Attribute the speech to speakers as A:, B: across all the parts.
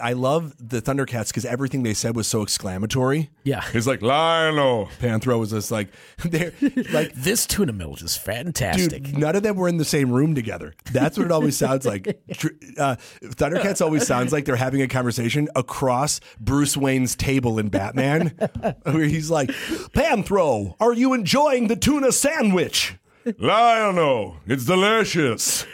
A: I love the Thundercats because everything they said was so exclamatory.
B: Yeah.
A: It's like Lionel. Panthro was just like they're like
B: This tuna melt is fantastic.
A: Dude, none of them were in the same room together. That's what it always sounds like. Tr- Uh, Thundercats always sounds like they're having a conversation across Bruce Wayne's table in Batman, where he's like, "Panthro, are you enjoying the tuna sandwich?" Lionel, it's delicious.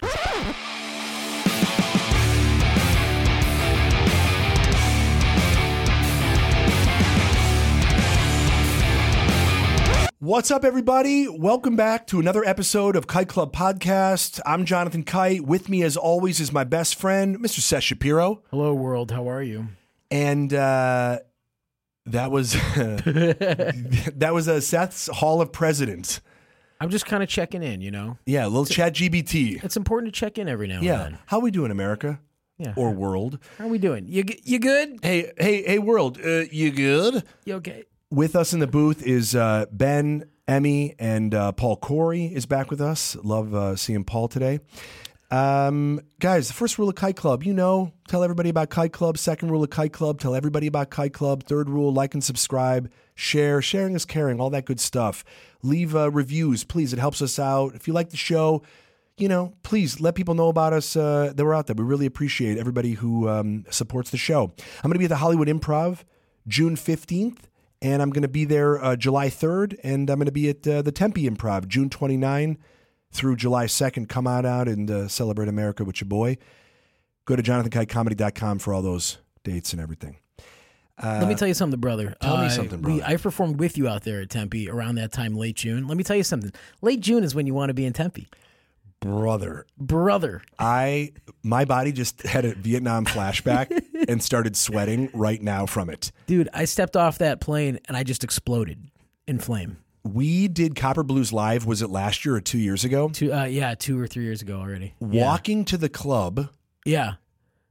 A: What's up, everybody? Welcome back to another episode of Kite Club Podcast. I'm Jonathan Kite. With me, as always, is my best friend, Mr. Seth Shapiro.
B: Hello, world. How are you?
A: And uh, that was that was uh, Seth's Hall of Presidents.
B: I'm just kind of checking in, you know?
A: Yeah, little chat GBT.
B: It's important to check in every now
A: Yeah.
B: and then.
A: How we doing, America?
B: Yeah.
A: Or world?
B: How are we doing? You g- you good?
A: Hey, hey, hey, world. Uh, you good?
B: You okay?
A: With us in the booth is uh, Ben, Emmy, and uh, Paul Corey is back with us. Love uh, seeing Paul today. Um, guys, the first rule of Kite Club, you know, tell everybody about Kite Club. Second rule of Kite Club, tell everybody about Kite Club. Third rule, like and subscribe, share. Sharing is caring, all that good stuff. Leave uh, reviews, please. It helps us out. If you like the show, you know, please let people know about us uh, that we're out there. We really appreciate everybody who um, supports the show. I'm going to be at the Hollywood Improv June 15th and I'm going to be there uh, July 3rd, and I'm going to be at uh, the Tempe Improv June 29 through July 2nd. Come on out and uh, celebrate America with your boy. Go to jonathankitecomedy.com for all those dates and everything.
B: Let me tell you something, brother.
A: Uh, tell me something,
B: we-
A: brother.
B: I performed with you out there at Tempe around that time, late June. Let me tell you something. Late June is when you want to be in Tempe.
A: Brother,
B: Brother.
A: I my body just had a Vietnam flashback and started sweating right now from it.
B: Dude, I stepped off that plane and I just exploded in flame.
A: We did Copper Blues live was it last year or 2 years ago?
B: Two, uh, yeah, two or three years ago already.
A: Walking to the club,
B: Yeah.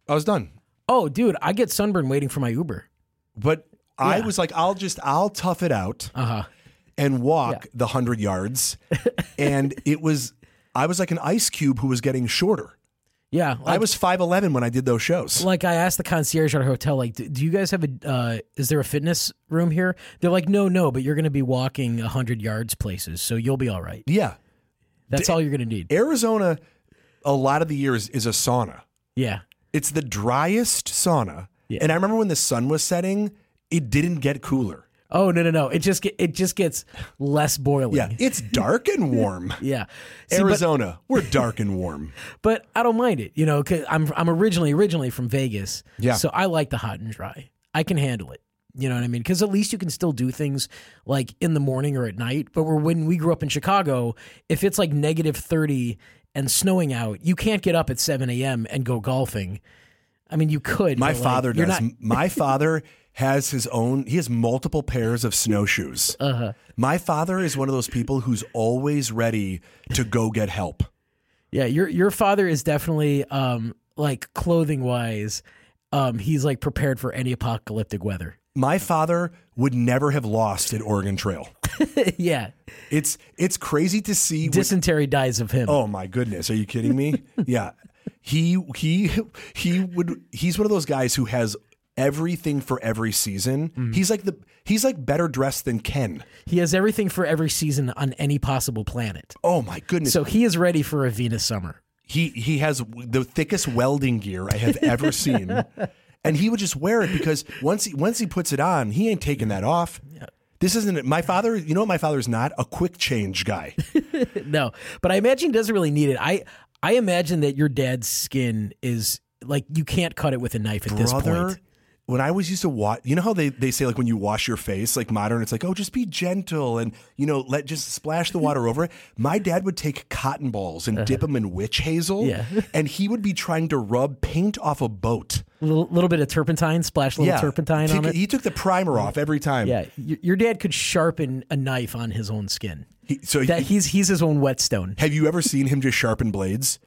A: I was done.
B: Oh, dude, I get sunburn waiting for my Uber.
A: But I
B: Yeah.
A: was like I'll just I'll tough it out.
B: Uh huh.
A: and walk the 100 yards. and it was, I was like an ice cube who was getting shorter.
B: Yeah.
A: I was 5'11 when I did those shows.
B: like I asked the concierge at our hotel, like, do, do you guys have a? Uh, is there a fitness room here? They're like, no, no, but you're going to be walking hundred yards places, so you'll be all right.
A: Yeah.
B: That's all you're going to need.
A: Arizona, a lot of the years is a sauna.
B: Yeah,
A: It's the driest sauna.
B: Yeah.
A: And I remember when the sun was setting, it didn't get cooler.
B: Oh no no no! It just get, it just gets less boiling.
A: Yeah. It's dark and warm.
B: yeah. See, but-
A: Arizona, we're dark and warm.
B: but, I don't mind it. You know, i I'm I'm originally originally from Vegas.
A: Yeah.
B: So I like the hot and dry. I can handle it. You know what I mean? Because at least you can still do things like in the morning or at night. But where when we grew up in Chicago, if it's like negative thirty and snowing out, you can't get up at seven a.m. and go golfing. I mean, you could.
A: My
B: but, like,
A: father
B: you're
A: does.
B: not-
A: My father has his own. He has multiple pairs of snowshoes. Uh-huh. My father is one of those people who's always ready to go get help.
B: Yeah, your your father is definitely um like clothing wise, um he's like prepared for any apocalyptic weather.
A: My father would never have lost at Oregon Trail.
B: yeah,
A: It's it's crazy to see. what-
B: dysentery dies of him.
A: oh my goodness! Are you kidding me? yeah, he he he would. He's one of those guys who has everything for every season. He's like the he's like better dressed than Ken.
B: He has everything for every season on any possible planet.
A: Oh my goodness!
B: So he is ready for a Venus summer.
A: he he has the thickest welding gear I have ever seen, and he would just wear it because once he once he puts it on, he ain't taking that off. This isn't my father. You know what my father's not a quick change guy.
B: No, but I imagine he doesn't really need it. I I imagine that your dad's skin is like you can't cut it with a knife at this
A: Brother,
B: point.
A: when I was used to watch, you know how they, they say like when you wash your face, like modern, it's like oh just be gentle and you know let just splash the water over it. My dad would take cotton balls and dip them in witch hazel,
B: Uh-huh. Yeah.
A: and he would be trying to rub paint off a boat.
B: little, little bit of turpentine, splash a little turpentine
A: He
B: on
A: took-
B: it.
A: He took the primer off every time.
B: Yeah, your, your dad could sharpen a knife on his own skin.
A: He- so he-
B: That he's he's his own whetstone.
A: Have you ever seen him just sharpen blades?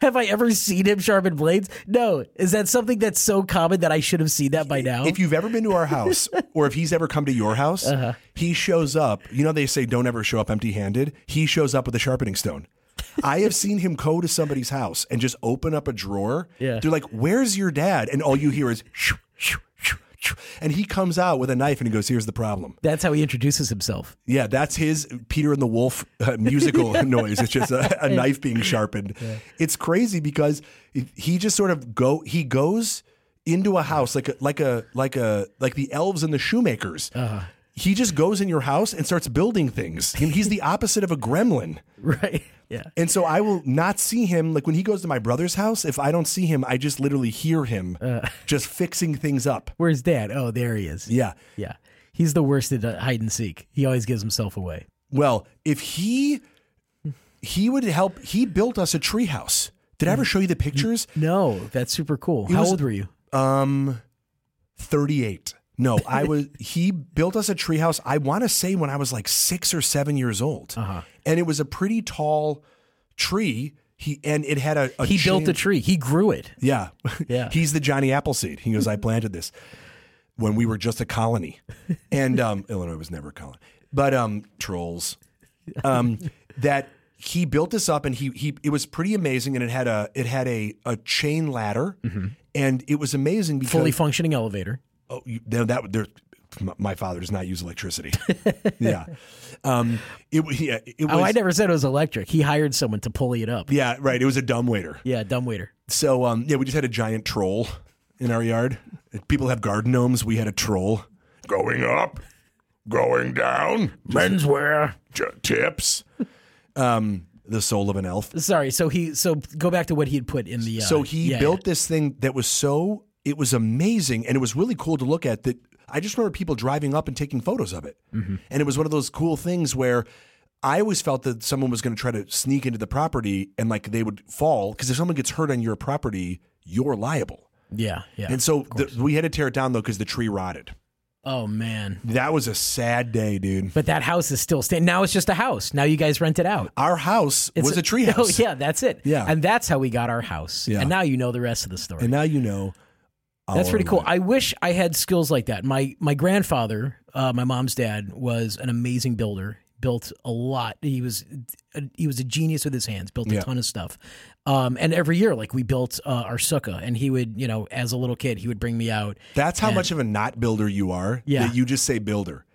B: Have I ever seen him sharpen blades? No. Is that something that's so common that I should have seen that by now?
A: If you've ever been to our house or if he's ever come to your house, he shows up. You know, they say don't ever show up empty handed. He shows up with a sharpening stone. I have seen him go to somebody's house and just open up a drawer.
B: Yeah.
A: They're like, "Where's your dad?" And all you hear is, shoo, shoo, shoo, shoo. and he comes out with a knife and he goes, "Here's the problem."
B: That's how he introduces himself.
A: Yeah, that's his Peter and the Wolf uh, musical noise. It's just a, a knife being sharpened. It's crazy because he just sort of go he goes into a house like a, like a like a like the elves and the shoemakers. He just goes in your house and starts building things. And he's the opposite of a gremlin.
B: Right. Yeah.
A: And so I will not see him. Like when he goes to my brother's house, if I don't see him, I just literally hear him just fixing things up.
B: Where's dad? Oh, there he is.
A: Yeah.
B: Yeah. He's the worst at uh, hide and seek. He always gives himself away.
A: Well, if he he would help, he built us a treehouse. Did I ever show you the pictures?
B: No, that's super cool. How
A: was-
B: old were you?
A: Um, thirty-eight. No, I was. he built us a treehouse. I want to say when I was like six or seven years old,
B: Uh-huh.
A: and it was a pretty tall tree. He and it had a. a
B: He built a
A: chain-
B: tree. He grew it.
A: Yeah.
B: Yeah.
A: He's the Johnny Appleseed. He goes, I planted this when we were just a colony. And um, Illinois was never a colony. But um, trolls. Um, that he built this up and he he it was pretty amazing and it had a it had a, a chain ladder and it was amazing because
B: Mm-hmm. Fully functioning elevator.
A: oh, you, no, that there my father does not use electricity. yeah. Um it, w- yeah, it was
B: Oh, I never said it was electric. He hired someone to pulley it up.
A: yeah, right. It was a dumb waiter.
B: Yeah, dumb waiter.
A: So um, yeah, we just had a giant troll in our yard. People have garden gnomes. We had a troll going up, going down,
B: Menswear.
A: j- tips. Um, the soul of an elf.
B: Sorry. So he. So go back to what he had put in the. Uh,
A: So he
B: yeah,
A: built this thing that was so it was amazing and it was really cool to look at. That I just remember people driving up and taking photos of it,
B: Mm-hmm.
A: and it was one of those cool things where. I always felt that someone was going to try to sneak into the property and like they would fall because if someone gets hurt on your property, you're liable.
B: Yeah. Yeah. yeah.
A: And so the, we had to tear it down though because the tree rotted.
B: oh man.
A: That was a sad day, dude.
B: But that house is still standing. Now it's just a house. Now you guys rent it out.
A: Our house was a tree
B: Oh
A: house.
B: yeah, that's it.
A: Yeah.
B: And that's how we got our house.
A: Yeah.
B: And now you know the rest of the story.
A: And now you know.
B: That's
A: our
B: pretty cool.
A: life.
B: I wish I had skills like that. My my grandfather, uh, my mom's dad, was an amazing builder. Built a lot. He was uh, he was a genius with his hands. Built a
A: Yeah.
B: ton of stuff. Um, and every year, like we built uh, our sukkah, and he would, you know, as a little kid, he would bring me out.
A: That's how much of a not builder you are.
B: Yeah.
A: That you just say builder,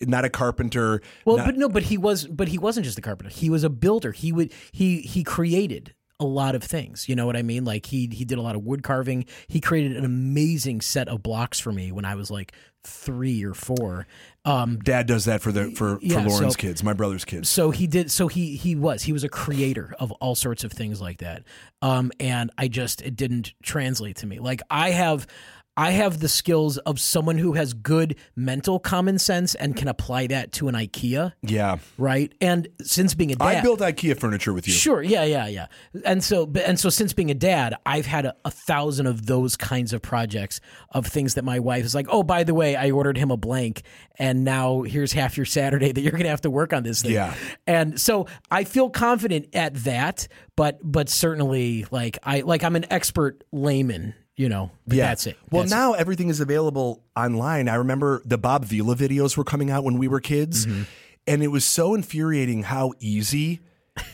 A: not a carpenter.
B: Well,
A: not-
B: but no, but he was, but he wasn't just a carpenter. He was a builder. He would he he created a lot of things. You know what I mean? Like he he did a lot of wood carving. He created an amazing set of blocks for me when I was like three or four. Um,
A: Dad does that for the for,
B: Yeah,
A: for Lauren's
B: so-
A: kids, my brother's kids.
B: so he did so he he was he was a creator of all sorts of things like that um and i just it didn't translate to me like i have i have the skills of someone who has good mental common sense and can apply that to an ikea
A: Yeah.
B: right and since being a dad
A: I built IKEA furniture with you.
B: Sure. Yeah. Yeah. Yeah. And so, but- and so, since being a dad, I've had a, a thousand of those kinds of projects of things that my wife is like, oh, by the way, I ordered him a blank, and now here's half your Saturday that you're gonna have to work on this thing.
A: Yeah.
B: And so I feel confident at that, but but certainly like I like I'm an expert layman, you know. But
A: Yeah.
B: That's it.
A: Well,
B: That's it.
A: now everything is available online. I remember the Bob Vila videos were coming out when we were kids,
B: Mm-hmm.
A: and it was so infuriating how easy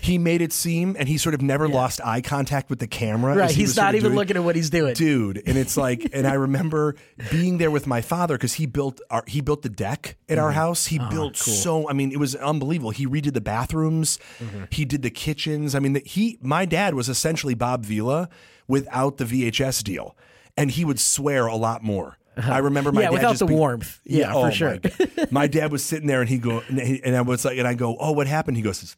A: he made it seem, and he sort of never lost eye contact with the camera. as
B: right?
A: he
B: He's
A: was sort
B: not
A: of
B: even
A: doing-
B: looking at what he's doing.
A: dude and it's like and i remember being there with my father because he built our he built the deck at
B: Mm.
A: our house
B: Oh,
A: he built so i mean it was unbelievable he redid the bathrooms
B: Mm-hmm.
A: he did the kitchens i mean the, he my dad was essentially bob vila without the vhs deal and he would swear a lot more I remember my
B: yeah,
A: dad
B: without
A: just
B: the
A: being-
B: warmth. Yeah,
A: oh
B: for
A: my
B: sure.
A: God. My, dad was sitting there, and he go, and, he- and I was like, and I go, oh, what happened? He goes, "This-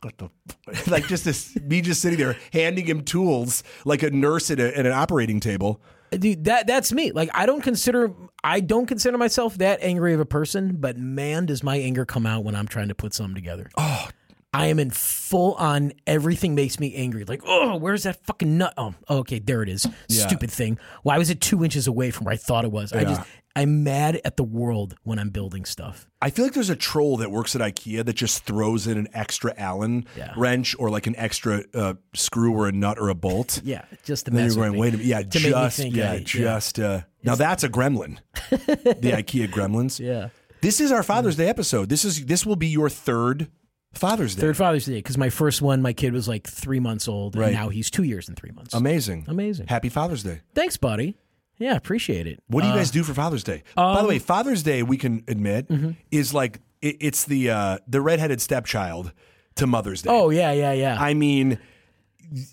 A: what the f-" like just this, me just sitting there handing him tools like a nurse at, a, at an operating table.
B: dude that that's me like i don't consider i don't consider myself that angry of a person but man does my anger come out when i'm trying to put something together oh i am in full on everything makes me angry like oh where's that fucking nut oh okay there it is stupid thing why was it two inches away from where i thought it was i just i'm mad at the world when i'm building stuff
A: I feel like there's a troll that works at IKEA that just throws in an extra Allen
B: Yeah.
A: wrench or like an extra uh, screw or a nut or a bolt.
B: yeah just the
A: And
B: mess
A: you're going,
B: with me.
A: wait a minute, yeah,
B: make me
A: just,
B: think
A: yeah,
B: I- yeah.
A: just. Uh, now that's a gremlin, the IKEA gremlins.
B: yeah Mm.
A: This is our Father's Day episode. This is this will be your third Father's Day.
B: Third Father's Day because my first one, my kid was like three months old,
A: Right. Um,
B: and now he's two years and three months.
A: Amazing.
B: Amazing.
A: Happy Father's Day.
B: Thanks, buddy. Yeah, appreciate it.
A: What do you guys do for Father's Day?
B: um,
A: By the way, Father's Day we can admit
B: Mm-hmm.
A: is like it, it's the uh, the redheaded stepchild to Mother's Day.
B: Oh yeah, yeah, yeah.
A: I mean,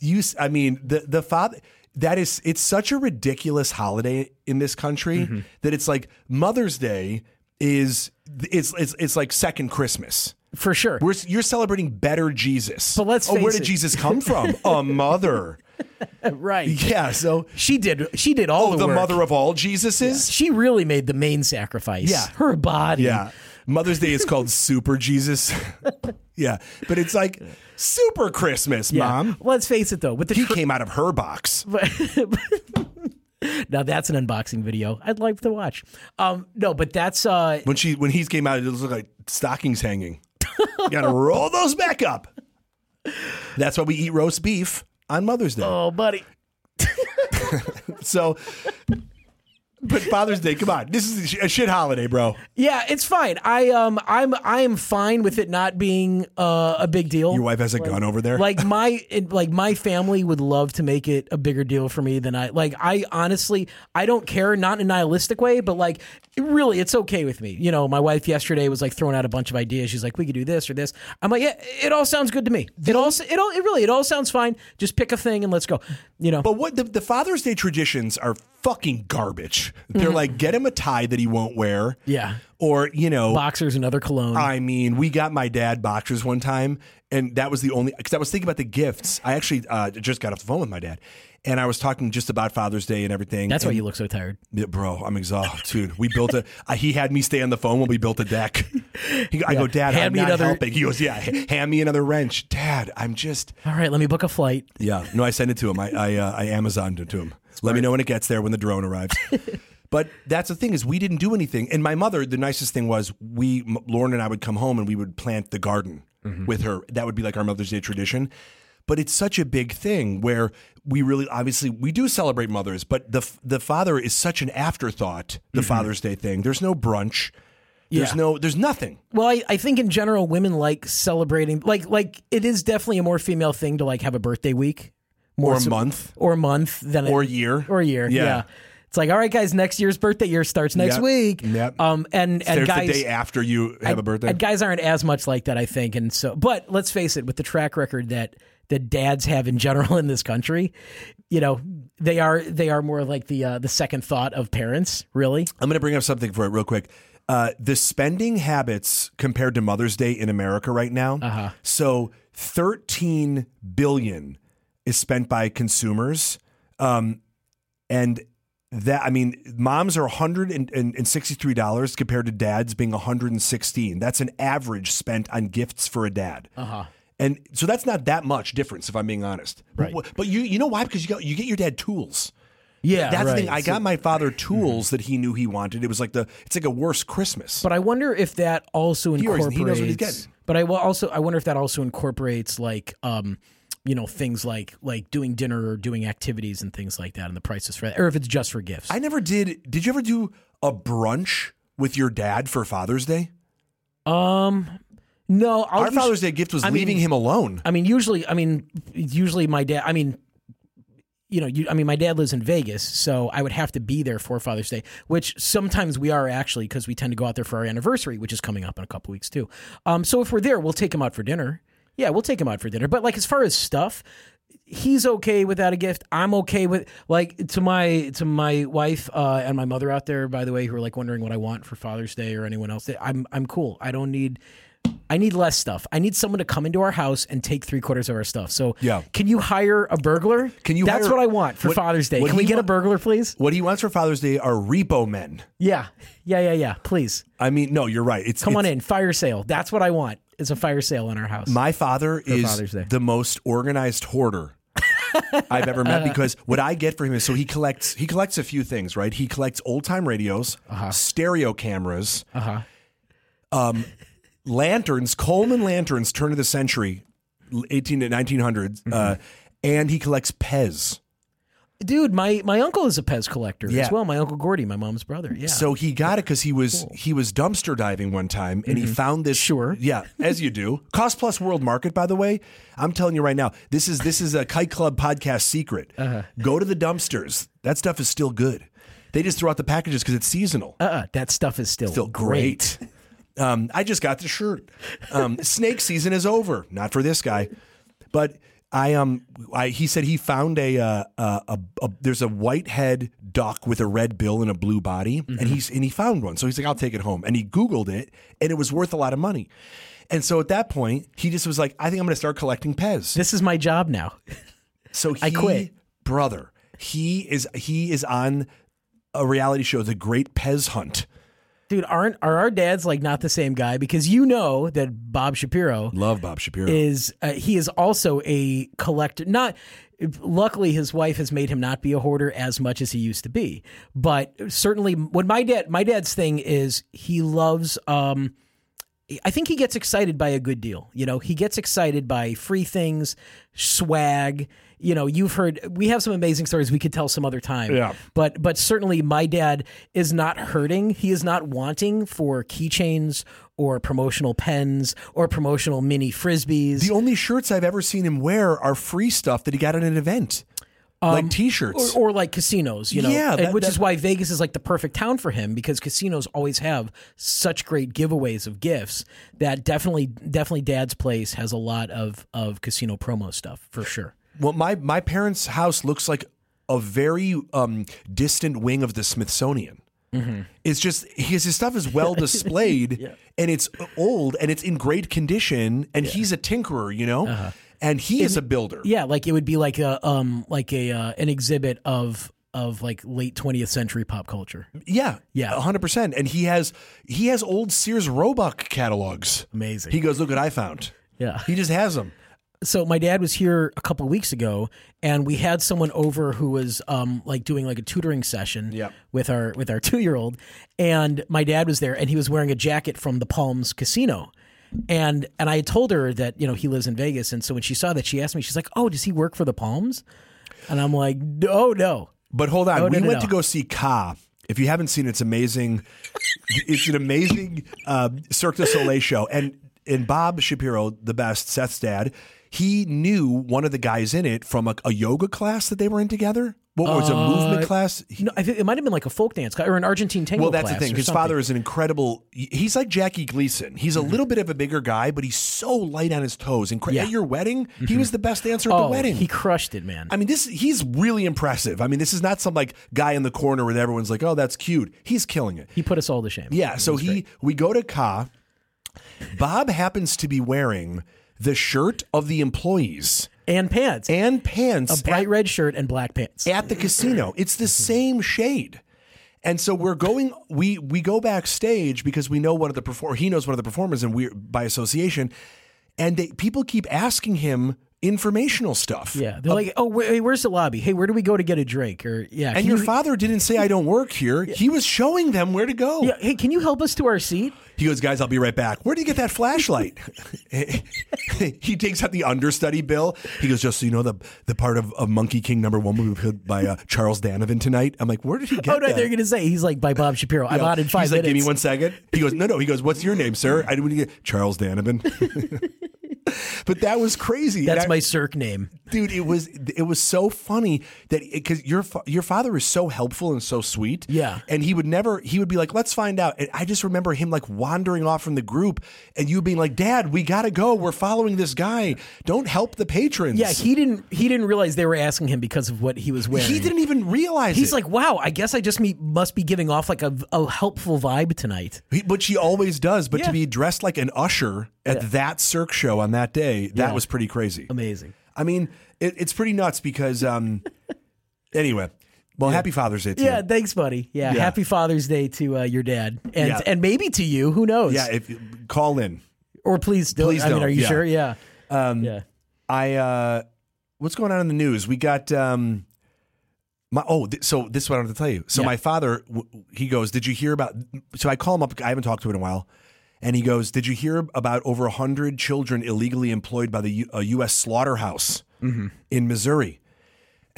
A: you. s- I mean, the the father. That is, it's such a ridiculous holiday in this country
B: Mm-hmm.
A: that it's like Mother's Day is it's it's it's like second Christmas.
B: for sure.
A: We're, you're celebrating better Jesus.
B: But let's
A: oh, where
B: face
A: did
B: it.
A: Jesus come from? a mother.
B: right.
A: Yeah. So
B: She did. She did all
A: oh,
B: the,
A: the
B: work.
A: mother of all Jesuses.
B: She really made the main sacrifice.
A: Yeah.
B: Her body.
A: Yeah. Mother's Day is called Super Jesus. yeah, but it's like Super Christmas,
B: Yeah.
A: Mom.
B: Let's face it though. With the
A: He
B: tr-
A: came out of her box.
B: now that's an unboxing video. I'd like to watch. Um, no, but that's uh,
A: When she when he came out, it looked like stockings hanging. you gotta roll those back up. That's why we eat roast beef on Mother's Day.
B: oh, buddy.
A: So, but Father's Day, come on, this is a sh- a shit holiday, bro.
B: Yeah, it's fine. I um, I'm I am fine with it not being uh, a big deal.
A: Your wife has a gun over there.
B: like my it- like my family would love to make it a bigger deal for me than I like I honestly I don't care not in a nihilistic way but like it really it's okay with me you know my wife yesterday was like throwing out a bunch of ideas she's like we could do this or this I'm like yeah it all sounds good to me it all s- it all it really it all sounds fine just pick a thing and let's go you know
A: but what the, the Father's Day traditions are fucking garbage. They're like get him a tie that he won't wear.
B: Mm-hmm. yeah
A: Or you know,
B: boxers and other cologne
A: I mean, we got my dad boxers one time, and that was the only because I was thinking about the gifts. I actually uh, just got off the phone with my dad, and I was talking just about Father's Day and everything.
B: that's why you look so tired
A: Yeah, bro, I'm exhausted, dude. We built a. uh, he had me stay on the phone when we built a deck. He, I go, Dad,
B: Hand
A: I'm
B: me
A: not
B: another-
A: helping. He goes, Yeah, h- hand me another wrench, Dad. I'm just.
B: all right let me book a flight
A: Yeah, no, I sent it to him. I I, uh, I Amazoned it to him. Let me know when it gets there when the drone arrives. but that's the thing is we didn't do anything. And my mother, the nicest thing was we M- Lauren and I would come home and we would plant the garden
B: Mm-hmm.
A: with her. That would be like our Mother's Day tradition. But it's such a big thing where we really obviously we do celebrate mothers, but the f- the father is such an afterthought. The Father's Day thing. There's no brunch. There's
B: Mm-hmm. Yeah.
A: no. There's nothing.
B: Well, I, I think in general women like celebrating like like it is definitely a more female thing to like have a birthday week. More
A: Or a
B: so-
A: month.
B: Or a month than
A: Or
B: a,
A: a year.
B: Or a year.
A: Yeah.
B: Yeah. It's like, all right, guys, next year's birthday year starts next
A: Yep.
B: week.
A: Yep.
B: Um and, and
A: There's
B: guys
A: the day after you have a birthday.
B: and guys aren't as much like that, I think. And so but let's face it, with the track record that that dads have in general in this country, you know, they are they are more like the uh, the second thought of parents, really.
A: I'm going to bring up something for it real quick. Uh, the spending habits compared to Mother's Day in America right now. Uh-huh. So 13 billion is spent by consumers, um, and that I mean, moms are 163 dollars compared to dads being 116. That's an average spent on gifts for a dad. Uh-huh. And so that's not that much difference, if I'm being honest.
B: Right.
A: But you you know why? Because you got you get your dad tools.
B: Yeah.
A: That's the thing. I got my father tools that he knew he wanted. It was like the it's like a worse Christmas.
B: But I wonder if that also
A: always-
B: incorporates.
A: he knows what he's getting.
B: But I will also I wonder if that also incorporates like um you know things like like doing dinner or doing activities and things like that and the prices for that or if it's just for gifts.
A: I never did. Did you ever do a brunch with your dad for Father's Day?
B: um no, I'll
A: Our
B: usu-
A: Father's Day gift was
B: I mean-
A: leaving him alone.
B: I mean usually I mean usually my dad I mean you know, you, I mean, my dad lives in Vegas, so I would have to be there for Father's Day, which sometimes we are actually because we tend to go out there for our anniversary, which is coming up in a couple weeks too. Um, so if we're there, we'll take him out for dinner. Yeah, we'll take him out for dinner. But like as far as stuff, he's okay without a gift. I'm okay with like to my to my wife uh, and my mother out there, by the way, who are like wondering what I want for Father's Day or anyone else. I'm I'm cool. I don't need. I need less stuff. I need someone to come into our house and take three quarters of our stuff. So,
A: Yeah.
B: can you hire a burglar?
A: Can you
B: That's
A: hire-
B: what I want for
A: what-
B: Father's Day.
A: what
B: Can we
A: he
B: get
A: wa-
B: a burglar, please?
A: What he wants for Father's Day are repo men.
B: Yeah, yeah, yeah, yeah. Please
A: I mean, no, you're right. It's
B: come on in. Fire sale. That's what I want. It's a fire sale in our house.
A: My father is
B: Father's Day.
A: the most organized hoarder I've ever met because what I get for him is so he collects he collects a few things, right? He collects old time radios, stereo cameras,
B: Uh-huh.
A: um, lanterns, Coleman lanterns, turn of the century, eighteen to nineteen hundreds, uh, and he collects Pez.
B: Dude, my, my uncle is a Pez collector
A: Yeah.
B: as well. My uncle Gordy, my mom's brother. Yeah.
A: So he got it because he was he was dumpster diving one time and he found this.
B: Sure.
A: Yeah, as you do. Cost Plus World Market, by the way. I'm telling you right now, this is this is a Kite Club podcast secret. Go to the dumpsters. That stuff is still good. They just throw out the packages because it's seasonal.
B: uh, that stuff is still,
A: Still great. Um, I just got the shirt. Um, snake season is over. Not for this guy, but. I um I he said he found a uh a, a, a there's a white head duck with a red bill and a blue body and he's and he found one so he's like I'll take it home and he googled it and it was worth a lot of money. And so at that point he just was like I think I'm going to start collecting Pez.
B: This is my job now.
A: So he,
B: quit.
A: brother. He is he is on a reality show, The Great Pez Hunt.
B: Dude, aren't are our dads like not the same guy? Because you know that Bob Shapiro
A: Love Bob Shapiro.
B: is uh, he is also a collector. Not luckily, his wife has made him not be a hoarder as much as he used to be. But certainly, when my dad, my dad's thing is he loves. Um, I think he gets excited by a good deal. You know, he gets excited by free things, swag. You know, you've heard we have some amazing stories we could tell some other time.
A: Yeah.
B: But but certainly my dad is not hurting. He is not wanting for keychains or promotional pens or promotional mini frisbees.
A: the only shirts I've ever seen him wear are free stuff that he got at an event, like T-shirts.
B: Um, or, or like casinos, you know,
A: Yeah,
B: and
A: that-
B: which is
A: that-
B: why Vegas is like the perfect town for him because casinos always have such great giveaways of gifts that definitely, definitely Dad's Place has a lot of, of casino promo stuff for sure.
A: well, my my parents' house looks like a very um, distant wing of the Smithsonian.
B: Mm-hmm.
A: It's just his, his stuff is well displayed and it's old and it's in great condition and he's a tinkerer, you know, and he is a builder.
B: Uh-huh. Yeah, like it would be like a, um, like a, uh, an exhibit of, of like late 20th century pop culture.
A: Yeah,
B: Yeah.
A: a hundred percent. And he has he has old Sears Roebuck catalogs.
B: Amazing.
A: He goes, look what I found.
B: Yeah.
A: He just has them.
B: so my dad was here a couple of weeks ago and we had someone over who was um, like doing like a tutoring session
A: Yep.
B: with our with our two year old and my dad was there and he was wearing a jacket from the palms casino and and i had told her that you know he lives in vegas and so when she saw that she asked me she's like oh does he work for the palms and i'm like oh no
A: But hold on,
B: Oh, no,
A: we
B: no,
A: went
B: no.
A: to go see Ka. If you haven't seen it, it's amazing. it's an amazing um, Cirque du Soleil show, and and Bob Shapiro, the best, Seth's dad, he knew one of the guys in it from a, a yoga class that they were in together. What was it, a movement
B: Uh,
A: class? He-
B: no I think it might have been like a folk dance class or an argentine tango
A: well, that's the
B: class
A: thing.
B: or
A: His
B: something. Mm-hmm.
A: father is an incredible. he- He's like Jackie Gleason. He's a little bit of a bigger guy, but he's so light on his toes. And
B: Yeah.
A: at your wedding, he was the best dancer at
B: oh,
A: the wedding.
B: he crushed it man
A: I mean, this he's really impressive. I mean, this is not some like guy in the corner where everyone's like, "Oh, that's cute." He's killing it.
B: he put us all to shame
A: Yeah. So he we go to Ka. Bob happens to be wearing the shirt of the employees
B: and pants
A: and pants at-
B: bright red shirt and black pants
A: at the casino. It's the same shade. And so we're going we we go backstage because we know one of the perform he knows one of the performers and we by association and they people keep asking him informational stuff.
B: Yeah, they're like, oh, wh- hey, where's the lobby? Hey, where do we go to get a drink? Or yeah,
A: And
B: can
A: your
B: you-
A: father didn't say I don't work here. He was showing them where to go.
B: yeah, hey, can you help us to our seat?
A: He goes, guys, I'll be right back. Where do you get that flashlight? he takes out the understudy bill. He goes, just so you know, the the part of, of Monkey King number one will be played by uh, Charles Danovan tonight. I'm like, where did he get
B: oh no,
A: that?
B: they're gonna say he's like by Bob Shapiro. I'm out in five
A: He's like,
B: minutes.
A: give me one second. He goes, no, no. He goes, what's your name, sir? I didn't get Charles Danovan. but that was crazy. And
B: That's
A: I-
B: my Cirque name.
A: dude it was it was so funny that because your fa- your father is so helpful and so sweet
B: Yeah.
A: and he would never he would be like let's find out and i just remember him like wandering off from the group and you being like dad we gotta go we're following this guy don't help the patrons
B: Yeah, he didn't. He didn't realize they were asking him because of what he was wearing.
A: he didn't even realize
B: He's
A: it.
B: like, wow, I guess I just me- must be giving off like a, a helpful vibe tonight.
A: He- which he always does but
B: Yeah.
A: to be dressed like an usher at that circ show on that day that was pretty crazy
B: Amazing.
A: i mean it, it's pretty nuts because um anyway well happy father's day to you.
B: Yeah, thanks, buddy. Yeah,
A: Yeah.
B: happy Father's Day to uh, your dad, and
A: Yeah.
B: and maybe to you. Who knows?
A: yeah if call in
B: Or please, don't.
A: Please
B: I mean,
A: don't,
B: are you
A: yeah.
B: sure? Yeah. Um, yeah.
A: I uh what's going on in the news? We got um my oh th- so this is what I wanted to tell you. So
B: Yeah.
A: my father w- he goes, "Did you hear about So I call him up. I haven't talked to him in a while. And he goes, "Did you hear about over 100 children illegally employed by the U- a US slaughterhouse in Missouri?"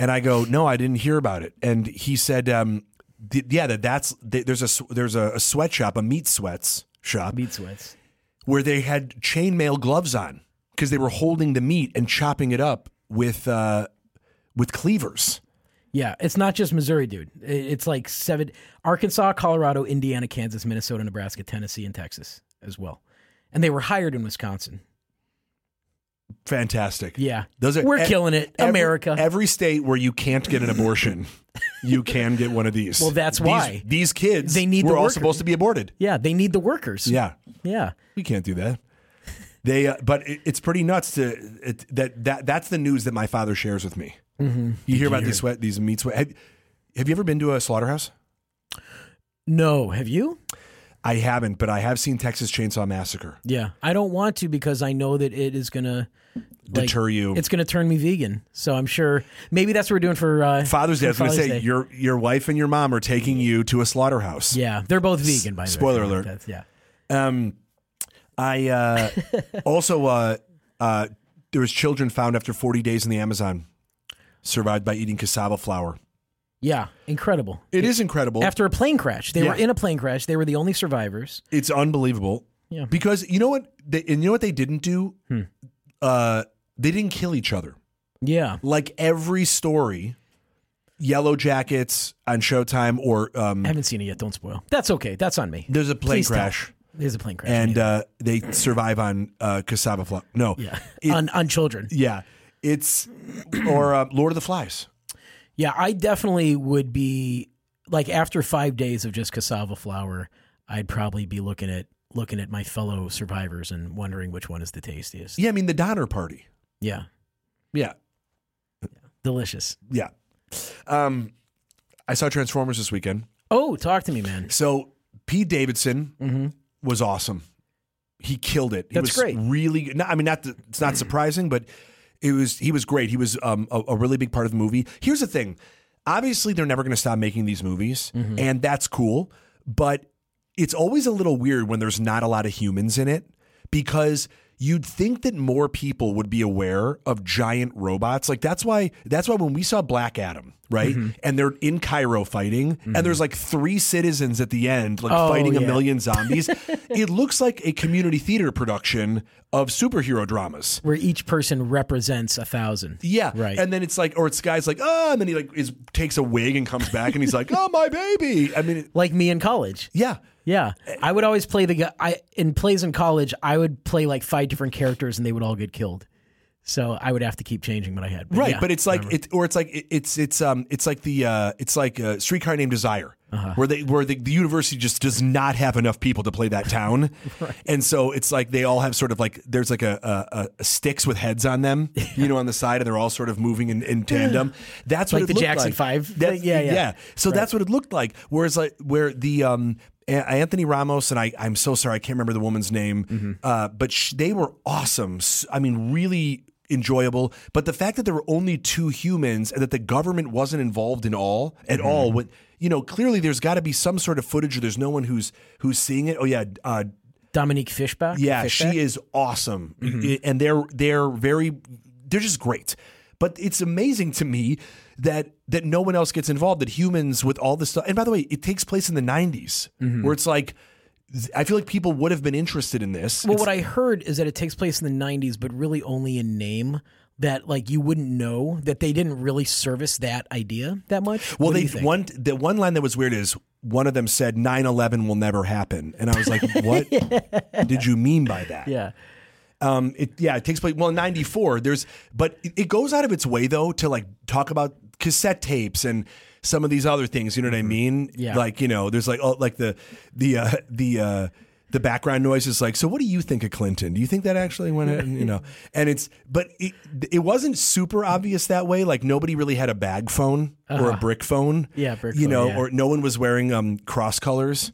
A: And I go, no, I didn't hear about it. And he said, um, th- yeah, that that's th- there's a s- there's a, a sweatshop, a meat sweats shop
B: Meat sweats.
A: where they had chainmail gloves on because they were holding the meat and chopping it up with uh, with cleavers.
B: Yeah, it's not just Missouri, dude. I- It's like seven Arkansas, Colorado, Indiana, Kansas, Minnesota, Nebraska, Tennessee, and Texas as well. And they were hired in Wisconsin.
A: Fantastic.
B: Yeah.
A: Those are-
B: we're
A: e-
B: killing it.
A: every-
B: America.
A: Every state where you can't get an abortion, you can get one of these. Well,
B: that's why.
A: these kids
B: They need
A: were
B: the
A: all
B: workers.
A: supposed to be aborted.
B: yeah, they need the workers.
A: Yeah,
B: Yeah.
A: we can't do that. They, uh, but it, it's pretty nuts to it, that that that's the news that my father shares with me.
B: Mm-hmm.
A: You hear about these sweat, these meat sweat. Have, have you ever been to a slaughterhouse?
B: No, have you?
A: I haven't, but I have seen Texas Chainsaw Massacre.
B: Yeah. I don't want to because I know that it is going to
A: Deter you.
B: It's going to turn me vegan. So I'm sure maybe that's what we're doing for uh,
A: Father's Day. I was
B: for
A: going to
B: Father's
A: say
B: Day.
A: your your wife and your mom are taking you to a slaughterhouse.
B: Yeah, they're both vegan by the way.
A: Spoiler alert.
B: That's- yeah.
A: Um, I uh, also uh, uh, there was children found after 40 days in the Amazon, survived by eating cassava flour.
B: Yeah, incredible.
A: It is incredible.
B: After a plane crash. They were
A: Yeah.
B: in a plane crash. They were the only survivors.
A: it's unbelievable.
B: Yeah. Hmm.
A: Because you know what? They, and you know what they didn't do? Uh, they didn't kill each other.
B: Yeah.
A: Like every story, Yellow Jackets on Showtime or um,
B: I haven't seen it yet. Don't spoil. That's okay. That's on me.
A: there's a plane
B: Please tell.
A: crash.
B: There's a plane crash.
A: and uh, they survive on uh, cassava flour. No,
B: yeah.
A: it-
B: on on children.
A: yeah, it's or uh, Lord of the Flies.
B: Yeah, I definitely would be like after five days of just cassava flour, I'd probably be looking at looking at my fellow survivors and wondering which one is the tastiest.
A: Yeah, I mean the Donner Party.
B: Yeah.
A: Yeah,
B: Delicious.
A: yeah. Um, I saw Transformers this weekend.
B: Oh, talk to me, man.
A: So Pete Davidson was awesome. He killed it. He
B: That's
A: was
B: great.
A: Really, good. No, I mean, not that it's not surprising, but it was he was great. He was um, a, a really big part of the movie. Here's the thing: obviously, they're never going to stop making these movies,
B: Mm-hmm.
A: and that's cool. But it's always a little weird when there's not a lot of humans in it because you'd think that more people would be aware of giant robots like that's why that's why when we saw black adam right
B: Mm-hmm.
A: and they're in cairo fighting and there's like three citizens at the end like
B: Oh,
A: fighting a
B: yeah.
A: million zombies it looks like a community theater production of superhero dramas
B: Where each person represents a thousand.
A: yeah.
B: Right.
A: And then it's like, or it's guys like, oh, and then he like is takes a wig and comes back and he's like, oh, my baby. I mean, it-
B: Like me in college.
A: yeah.
B: Yeah. I would always play the guy I in plays in college, I would play like five different characters and they would all get killed. So I would have to keep changing what I had.
A: Right.
B: yeah.
A: But it's like, it, or it's like, it, it's, it's, um, it's like the, uh, it's like uh streetcar named Desire.
B: Uh-huh.
A: Where they where the, the university just does not have enough people to play that town, and so it's like they all have sort of like there's like a, a, a sticks with heads on them, you know, on the side, and they're all sort of moving in, in tandem. That's what
B: Like
A: it
B: the
A: looked
B: Jackson
A: like.
B: Five
A: That's,
B: thing? Yeah, yeah.
A: So that's what it looked like. Whereas like where the um A- Anthony Ramos and I I'm so sorry I can't remember the woman's name,
B: Mm-hmm.
A: uh, but sh- they were awesome. S- I mean, really enjoyable. But the fact that there were only two humans and that the government wasn't involved in all
B: Mm-hmm.
A: at all, when you know clearly there's got to be some sort of footage or there's no one who's who's seeing it. Oh yeah, uh,
B: Dominique Fishback.
A: yeah,
B: Fishback?
A: she is awesome,
B: Mm-hmm.
A: I- and they're they're very they're just great. But it's amazing to me that that no one else gets involved. That humans with all this stuff, and by the way, it takes place in the '90s,
B: Mm-hmm.
A: where it's like I feel like people would have been interested in this.
B: Well, what I heard is that it takes place in the 90s, but really only in name. That like you wouldn't know that they didn't really service that idea that much.
A: Well,
B: What do
A: they
B: you think?
A: one the one line that was weird is one of them said 9/11 will never happen, and I was like, what did you mean by that?
B: yeah,
A: Um, it, yeah, it takes place. Well, in '94. There's, but it- it goes out of its way though to like talk about cassette tapes and some of these other things. You know what I mean?
B: Mm-hmm. Yeah.
A: Like you know, there's like oh, like the the uh, the uh, the background noise is like. So what do you think of Clinton? Do you think that actually went? in?" you know, and it's but it it wasn't super obvious that way. Like nobody really had a bag phone or a brick phone.
B: Uh-huh. Yeah, brick
A: You
B: phone,
A: know,
B: yeah. Uh-huh.
A: or no one was wearing um cross colors.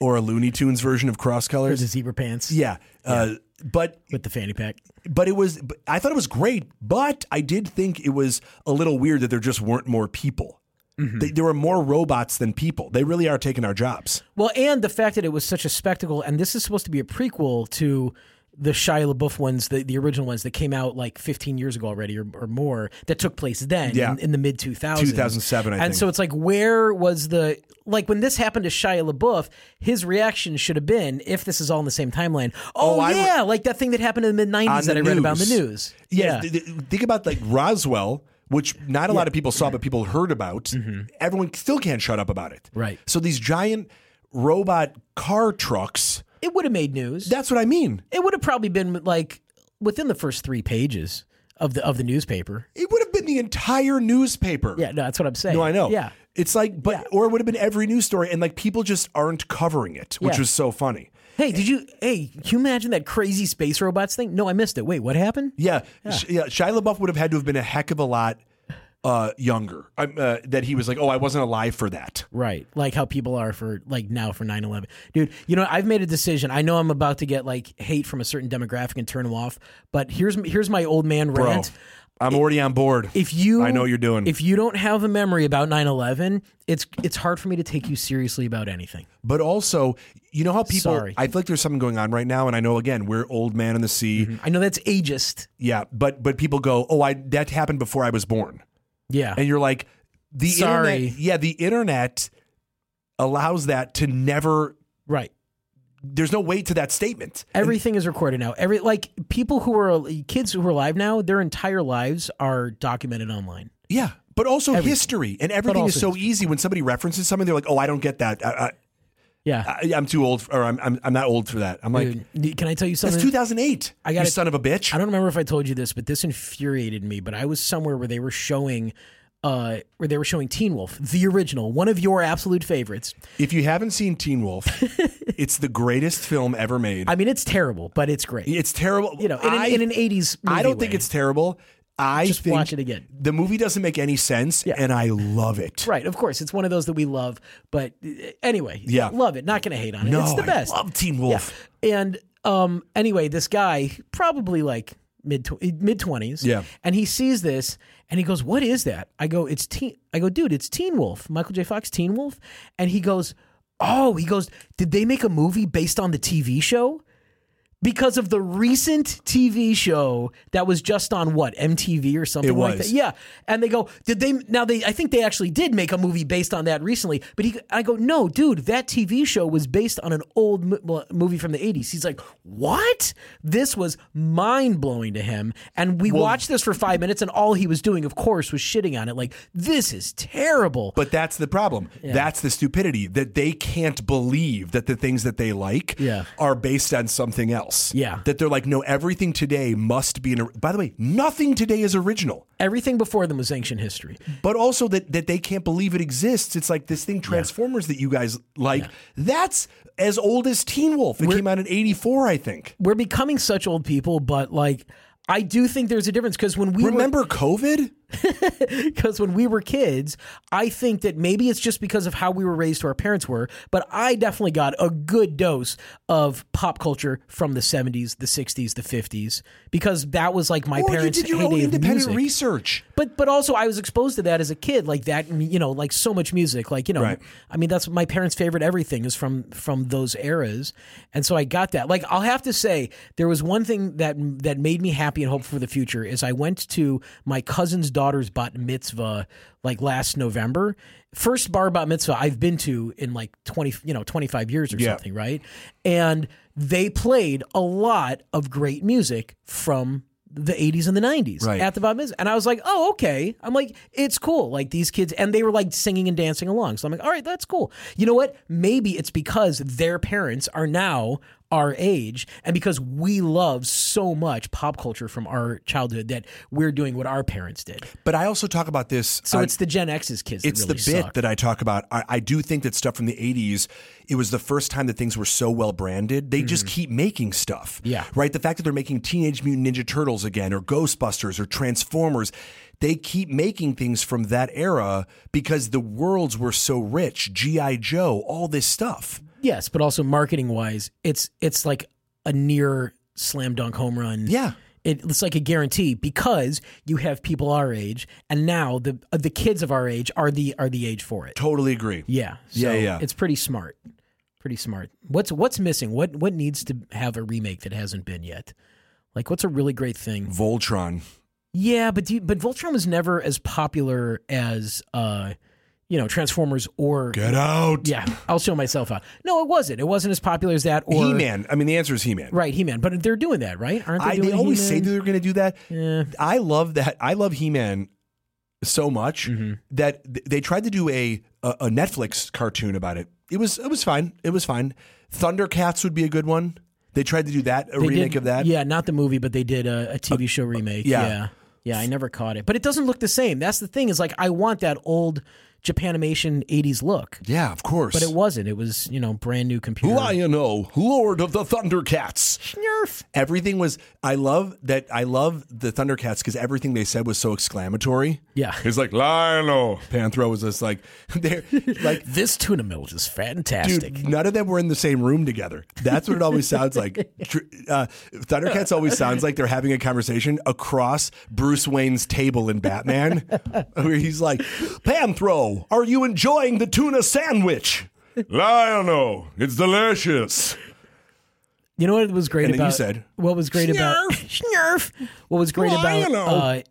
A: Or a Looney Tunes version of cross
B: there's
A: colors.
B: the zebra pants
A: Yeah. Uh, but
B: with the fanny pack.
A: but it was but I thought it was great, but I did think it was a little weird that there just weren't more people.
B: Mm-hmm.
A: They, there were more robots than people. They really are taking our jobs.
B: Well, and the fact that it was such a spectacle, and this is supposed to be a prequel to the Shia LaBeouf ones, the, the original ones that came out like 15 years ago already or, or more that took place then
A: Yeah.
B: in, in the mid 2000s.
A: 2007, I
B: and
A: think.
B: so it's like, where was the like when this happened to Shia LaBeouf? His reaction should have been, if this is all in the same timeline, oh,
A: Oh, I re-
B: yeah, like that thing that happened in the mid
A: On
B: 90s that
A: the
B: I read about in the
A: news.
B: news.
A: Yeah, th- th- think about like Roswell, which not a lot of people saw, but people heard about. Everyone still can't shut up about it.
B: Mm-hmm. Right.
A: So these giant robot car trucks.
B: it would have made news.
A: That's what I mean.
B: it would have probably been like within the first three pages of the of the newspaper.
A: It would have been the entire newspaper.
B: Yeah, no, that's what I'm saying.
A: No, I know.
B: Yeah,
A: It's like, but or it would have been every news story, and like people just aren't covering it, which
B: Yeah.
A: was so funny.
B: Hey, did you? Hey, can you imagine that crazy space robots thing? No, I missed it. Wait, what happened?
A: Yeah, Sh- yeah. Shia LaBeouf would have had to have been a heck of a lot uh, younger. I'm, uh, that he was like, oh, I wasn't alive for that.
B: Right, like how people are for like now for 9-11. dude. You know, I've made a decision. I know I'm about to get like hate from a certain demographic and turn them off. But here's here's my old man
A: Bro,
B: rant.
A: Oh, I'm already on board.
B: If you,
A: I know what you're doing.
B: If you don't have a memory about 9-11, it's it's hard for me to take you seriously about anything.
A: but also, you know how people.
B: Sorry.
A: I feel like there's something going on right now, and I know again we're old man in the sea.
B: I know that's ageist.
A: Yeah, but but people go, oh, I that happened before I was born,
B: Yeah,
A: and you're like, the
B: Sorry.
A: internet. Yeah, the internet allows that to never.
B: right.
A: There's no weight to that statement.
B: Everything is recorded now. Every like people who are kids who are alive now, their entire lives are documented online.
A: Yeah, but also history and everything is
B: also
A: so easy. When somebody references something, they're like, "Oh, I don't get that. I,
B: Yeah.
A: I, I, I'm too old, for, or I'm, I'm I'm not old for that." I'm like,
B: Dude, d- can I tell you
A: "That's
B: something?
A: 2008. I
B: gotta-
A: you son of a bitch."
B: I don't remember if I told you this, but this infuriated me. But I was somewhere where they were showing, uh, where they were showing Teen Wolf, the original, one of your absolute favorites.
A: If you haven't seen Teen Wolf, it's the greatest film ever made.
B: I mean, it's terrible, but it's great. You
A: it's terrible.
B: know, in,
A: I,
B: an, in an '80s. Movie
A: I don't think
B: way.
A: it's terrible. I
B: Just
A: think
B: watch it again.
A: The movie doesn't make any sense, and I love it.
B: right. Of course, it's one of those that we love. But uh, anyway,
A: Yeah.
B: love it. Not going to hate on it.
A: No,
B: it's the
A: I
B: best.
A: love Teen Wolf.
B: And um, anyway, this guy probably like mid mid twenties.
A: Yeah.
B: And he sees this and he goes, "What is that?" I go, "It's teen." I go, "Dude, it's Teen Wolf, Michael J. Fox, Teen Wolf." And he goes, "Oh," he goes, "Did they make a movie based on the TV show?" Because of the recent TV show that was just on what MTV or something
A: It
B: like that,
A: was.
B: yeah. And they go, did they? Now they, I think they actually did make a movie based on that recently. But he, I go, no, dude, that TV show was based on an old mo- mo- movie from the '80s. He's like, what? This was mind blowing to him. And we watched this for five minutes, and all he was doing, of course, was shitting on it. Like, this is terrible.
A: But that's the problem. That's the stupidity that they can't believe that the things that they like
B: Yeah.
A: are based on something else.
B: Yeah.
A: That they're like, no, everything today must be an. or- By the way, nothing today is original.
B: Everything before them was ancient history.
A: But also that that they can't believe it exists. It's like this thing Transformers that you guys like. That's as old as Teen Wolf. It came out in '84, I think.
B: We're becoming such old people, but like. I do think there's a difference because when we were-
A: Remember COVID?
B: because when we were kids, I think that maybe it's just because of how we were raised, or our parents were, but I definitely got a good dose of pop culture from the 70s, the 60s, the 50s, because that was like my
A: Or you
B: parents'
A: did your
B: heyday
A: own
B: of
A: independent
B: music.
A: research.
B: But but also I was exposed to that as a kid, like that you know, like so much music, like you know,
A: Right.
B: I mean that's my parents' favorite everything is from from those eras, and so I got that. Like I'll have to say there was one thing that that made me happy and hopeful for the future is I went to my cousin's daughter's bat mitzvah like last November, first bar bat mitzvah I've been to in like twenty you know twenty five years or
A: Yeah.
B: something, right? And they played a lot of great music from the 80s and the 90s
A: Right.
B: at the Bob Miz. And I was like, oh, okay. I'm like, it's cool. Like these kids, and they were like singing and dancing along. So I'm like, all right, that's cool. You know what? Maybe it's because their parents are now our age and because we love so much pop culture from our childhood that we're doing what our parents did.
A: But I also talk about this.
B: So
A: on-
B: it's the Gen X's kids
A: It's
B: that really
A: the bit
B: suck.
A: that I talk about. I, I do think that stuff from the 80s, it was the first time that things were so well branded. They just keep making stuff.
B: Mm. Yeah.
A: Right? The fact that they're making Teenage Mutant Ninja Turtles again, or Ghostbusters, or Transformers, they keep making things from that era because the worlds were so rich. G.I. Joe, all this stuff.
B: yes, but also marketing wise, it's it's like a near slam dunk home run.
A: Yeah.
B: It, it's like a guarantee because you have people our age, and now the uh, the kids of our age are the are the age for it.
A: Totally agree.
B: Yeah, so
A: Yeah, yeah.
B: It's pretty smart. Pretty smart. What's what's missing? What what needs to have a remake that hasn't been yet? Like what's a really great thing?
A: Voltron.
B: Yeah, but do you, but Voltron was never as popular as uh, you know, Transformers or
A: Get out.
B: yeah. I'll show myself out. No, it wasn't. It wasn't as popular as that. Or
A: He Man. I mean, the answer is He Man.
B: right? He Man. But they're doing that, right? Aren't they?
A: I,
B: doing
A: they always say
B: He-Man?
A: that they're going to do that.
B: Yeah.
A: I love that. I love He Man so much
B: Mm-hmm.
A: that th- they tried to do a, a a Netflix cartoon about it. It was it was fine. It was fine. Thundercats would be a good one. They tried to do that a
B: They did-
A: remake of that. Uh,
B: Yeah, not the movie, but they did a, a TV show remake.
A: yeah.
B: yeah. yeah, I never caught it, but it doesn't look the same. That's the thing. Is like I want that old Japanimation '80s look,
A: Yeah, of course.
B: but it wasn't. It was you know brand new computer.
A: Who I know, Lord of the Thundercats.
B: Nerf.
A: Everything was. I love that. I love the Thundercats because everything they said was so exclamatory.
B: Yeah.
A: it's like Lionel. Panthro was just like they're like.
B: This tuna melt is fantastic.
A: Dude, none of them were in the same room together. That's what it always sounds like. Tr- Uh, Thundercats always sounds like they're having a conversation across Bruce Wayne's table in Batman, where he's like, "Panthro, are you enjoying the tuna sandwich?" Lionel, it's delicious.
B: You know what was great
A: And then
B: about
A: you said,
B: what was great about Snarf. What was great about
A: Lionel.
B: uh,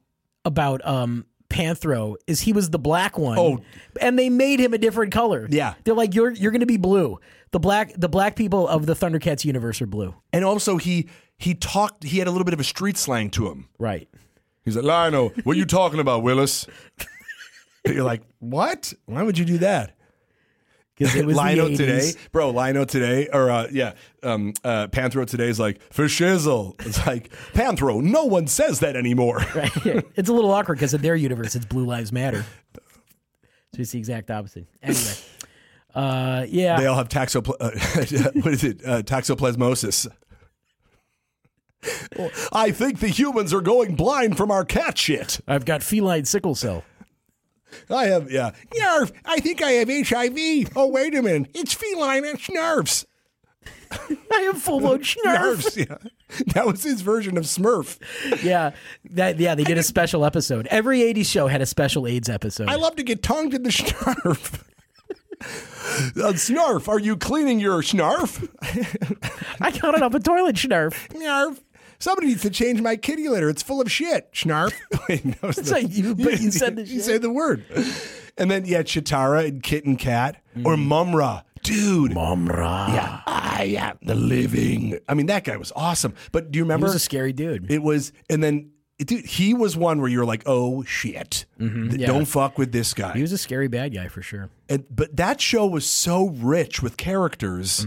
B: about um Panthro is he was the black one.
A: Oh.
B: and they made him a different color.
A: Yeah.
B: they're like you're you're gonna be blue. The black the black people of the Thundercats universe are blue.
A: And also, he he talked. He had a little bit of a street slang to him.
B: Right.
A: He's like, Lionel, what are you talking about, Willis? You're like, what? Why would you do that?
B: Because it was the
A: Lino
B: 80s.
A: today, bro. Lino today, or uh, yeah, um, uh, Panthro today is like for shizzle. It's like Panthro. No one says that anymore.
B: Right. it's a little awkward because in their universe it's Blue Lives Matter. So it's the exact opposite. Anyway. Uh yeah.
A: They all have taxopl- uh, what is it? Uh, toxoplasmosis. I think the humans are going blind from our cat shit.
B: I've got feline sickle cell.
A: I have, yeah. Nerve. I think I have HIV. Oh, wait a minute. It's feline. It's nerves.
B: I have full blown Snarf.
A: Nerves. Yeah. That was his version of Smurf.
B: Yeah, that yeah they did a special episode. Every '80s show had a special AIDS episode.
A: I love to get tongued in the snarf. Uh, snarf, are you cleaning your snarf?
B: I got it off a toilet snarf.
A: Snarf. Somebody needs to change my kitty litter. It's full of shit. Snarf. Wait, that was the-
B: like you- but you said the
A: you
B: shit.
A: said the word. And then, yeah, Chitara and Kit and Cat or Mumra. Dude.
B: Mm-hmm. Mumra. Yeah,
A: I am the living. I mean, that guy was awesome. But do you
B: he
A: remember?
B: was a scary dude.
A: It was, and then, dude, he was one where you were like, oh shit, Th-
B: Mm-hmm. yeah.
A: don't fuck with this guy.
B: He was a scary bad guy for sure.
A: and, but that show was so rich with characters,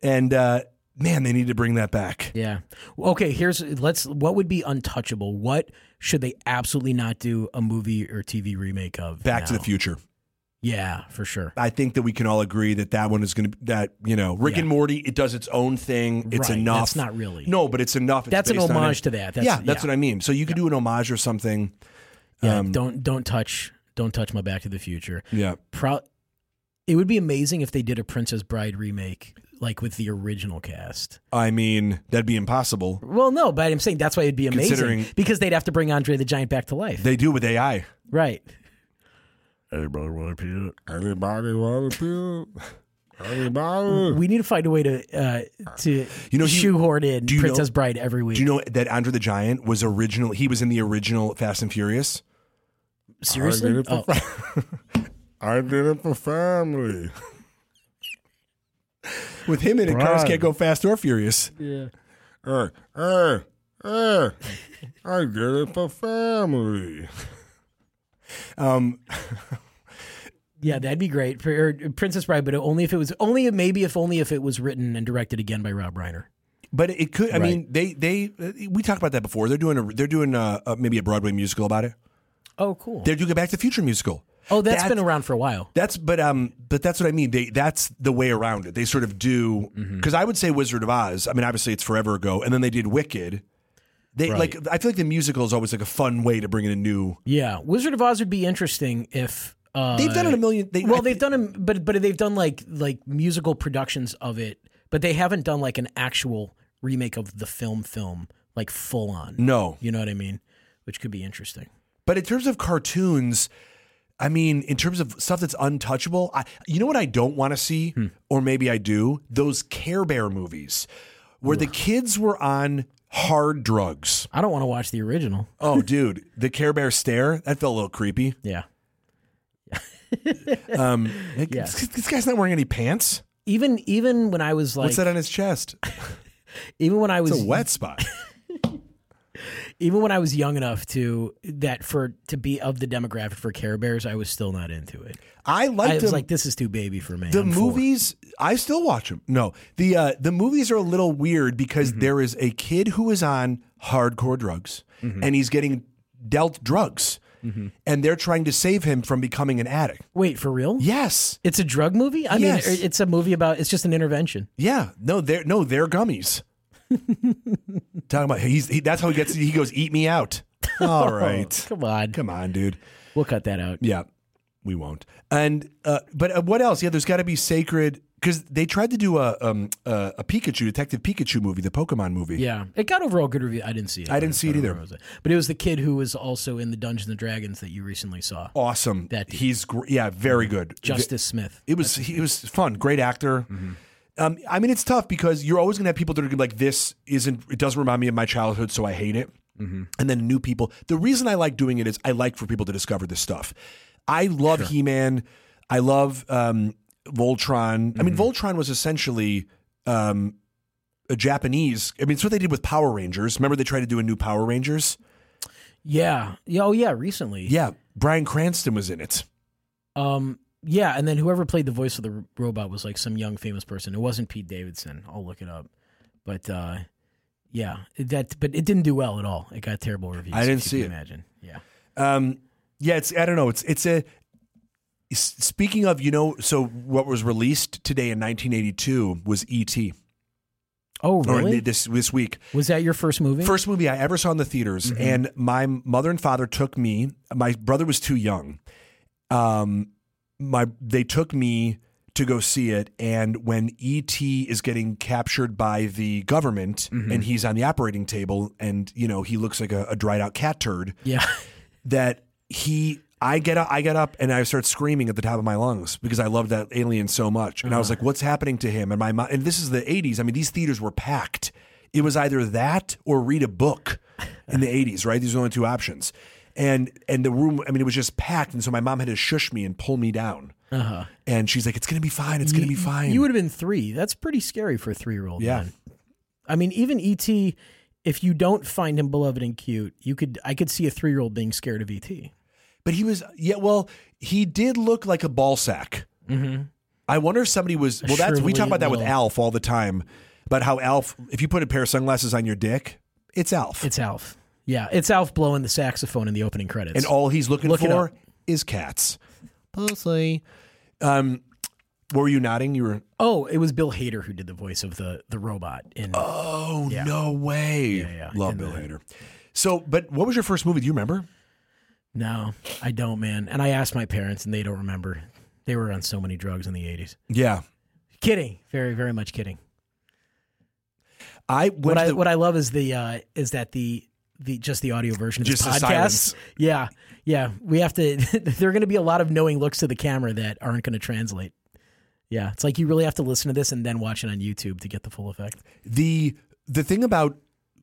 A: and uh, man, they need to bring that back.
B: Yeah. Well, Okay. Here's let's. What would be untouchable? What should they absolutely not do a movie or TV remake of?
A: Back to
B: now?
A: the Future.
B: Yeah, for sure.
A: I think that we can all agree that that one is going to that you know Rick
B: Yeah.
A: and Morty. It does its own thing. It's
B: Right,
A: enough.
B: that's not really-
A: No, but it's enough. It's
B: That's an
A: based on
B: homage
A: it.
B: to that. That's,
A: yeah, that's what um, I mean. So you could do an homage or something.
B: Yeah, don't don't touch don't touch my Back to the Future.
A: Yeah.
B: Pro- it would be amazing if they did a Princess Bride remake, like with the original cast.
A: I mean, that'd be impossible.
B: Well, no, but I'm saying that's why it'd be amazing
A: Considering-
B: because they'd have to bring Andre the Giant back to life,
A: They do with AI.
B: right?
C: Anybody want a peanut? Anybody want a peanut? Anybody?
B: We need to find a way to uh, to
A: You know, he-
B: shoehorn in
A: you know-
B: Princess Bride every week.
A: Do you know that Andre the Giant was original? He was in the original Fast and Furious.
C: I
B: Seriously?
C: did it for
B: Oh,
C: I did it for family.
A: With him in it, cars
C: Right.
A: can't go fast or furious.
C: Hey, hey, hey. I did it for family.
A: Um,
B: yeah, that'd be great for or Princess Bride, but only if it was only maybe if only if it was written and directed again by Rob Reiner.
A: but it could. I mean, they they uh, we talked about that before. They're doing a they're doing a, a, maybe a Broadway musical about it.
B: Oh, cool.
A: They're doing a Back to the Future musical.
B: oh, that's
A: that's-
B: been around for a while.
A: That's but um but that's what I mean. They that's the way around it. They sort of do because I would say Wizard of Oz. I mean, obviously it's forever ago, and then they did Wicked. They
B: Right.
A: like I feel like the musical is always like a fun way to bring in a new.
B: Yeah, Wizard of Oz would be interesting if uh,
A: They've done it a million. They,
B: Well, they've done them, but but they've done like like musical productions of it, but they haven't done like an actual remake of the film film like full on.
A: no.
B: You know what I mean? Which could be interesting.
A: But in terms of cartoons, I mean, in terms of stuff that's untouchable, I, you know what I don't want to see, or maybe I do? Those Care Bear movies where the kids were on hard drugs.
B: I don't want to watch the original.
A: Oh, dude, the Care Bear stare, that felt a little creepy.
B: Yeah.
A: Um, this, this guy's not wearing any pants.
B: Even even when I was like
A: What's that on his chest?
B: even when I
A: It's
B: was
A: a wet spot.
B: even when I was young enough to that for to be of the demographic for Care Bears, I was still not into it.
A: I
B: I
A: liked
B: was
A: him.
B: like, this is too baby for me.
A: the
B: I'm four.
A: movies i still watch them no the uh, the movies are a little weird because there is a kid who is on hardcore drugs and he's getting dealt drugs and they're trying to save him from becoming an addict
B: Wait, for real?
A: yes
B: It's a drug movie? I
A: Yes.
B: mean, it's a movie about it's just an intervention.
A: yeah no they're no they're gummies talking about he's he, that's how he gets he goes eat me out all right
B: Come on.
A: come on dude
B: We'll cut that out.
A: Yeah, we won't. And uh, but uh, what else? Yeah, there's got to be sacred because they tried to do a um uh, a Pikachu Detective Pikachu movie, the Pokemon movie.
B: Yeah. It got overall good review. I didn't see it.
A: I didn't see it
B: don't
A: either.
B: remember. But it was the kid who was also in the Dungeons and Dragons that you recently saw.
A: Oh, Awesome.
B: That dude. Mm-hmm.
A: he's gr- yeah, very good.
B: Justice Smith.
A: it was he was fun, great actor. Um, I mean, it's tough because you're always gonna have people that are gonna be like, "This isn't. It doesn't remind me of my childhood, so I hate it." And then new people. The reason I like doing it is I like for people to discover this stuff. I love He-Man. I love um, Voltron. I mean, Voltron was essentially um, a Japanese. I mean, it's what they did with Power Rangers. Remember, they tried to do a new Power Rangers.
B: Yeah. yeah. Oh yeah, recently.
A: Yeah, Brian Cranston was in it.
B: Um yeah, and then whoever played the voice of the r- robot was like some young famous person. It wasn't Pete Davidson. I'll look it up. But uh yeah, that but it didn't do well at all. It got terrible reviews.
A: I didn't
B: if you
A: see
B: can
A: it.
B: Imagine. Yeah.
A: Um, yeah, it's I don't know. It's it's a s- speaking of you know. So what was released today in 1982 was E.T.
B: Oh
A: Or
B: really?
A: this this week,
B: was that your first movie?
A: first movie I ever saw in the theaters, and my mother and father took me. My brother was too young. Um, my they took me to go see it, and when E.T. is getting captured by the government, and he's on the operating table, and you know he looks like a, a dried out cat turd
B: yeah.
A: that he I get up, I get up and I start screaming at the top of my lungs because I loved that alien so much. And I
B: Uh-huh.
A: was like, "What's happening to him?" And my mo- and this is the '80s. I mean, these theaters were packed. It was either that or read a book in the '80s. Right? These were the only two options. And and the room. I mean, it was just packed. And so my mom had to shush me and pull me down. Uh-huh. And she's like, "It's gonna be fine. It's gonna be fine."
B: You would have been three. That's pretty scary for a three year old.
A: Yeah.
B: I mean, even ET, if you don't find him beloved and cute, you could. I could see a three year old being scared of E ET.
A: But he was yeah, well, he did look like a ball sack. Mm-hmm. I wonder if somebody was well. That's we talk about that with
B: shriveled
A: Alf all the time about how Alf. If you put a pair of sunglasses on your dick, it's Alf,
B: It's Alf. Yeah, it's Alf blowing the saxophone in the opening credits.
A: and all he's looking
B: Look it
A: for
B: up.
A: is cats. Pussy. Um, were you nodding? You were.
B: oh, it was Bill Hader who did the voice of the the robot. In
A: Oh no way!
B: yeah.
A: Love
B: And
A: Bill Hader. So, but what was your first movie? Do you remember?
B: no, I don't, man. And I asked my parents, and they don't remember. They were on so many drugs in the eighties.
A: Yeah,
B: Kidding, very, very much kidding.
A: I went.
B: What
A: to
B: I
A: the-
B: what I love is the uh, is that the the just the audio version of
A: Just the
B: this podcast.
A: silence.
B: Yeah, yeah. We have to. there are going to be a lot of knowing looks to the camera that aren't going to translate. Yeah, it's like you really have to listen to this and then watch it on YouTube to get the full effect.
A: the the thing about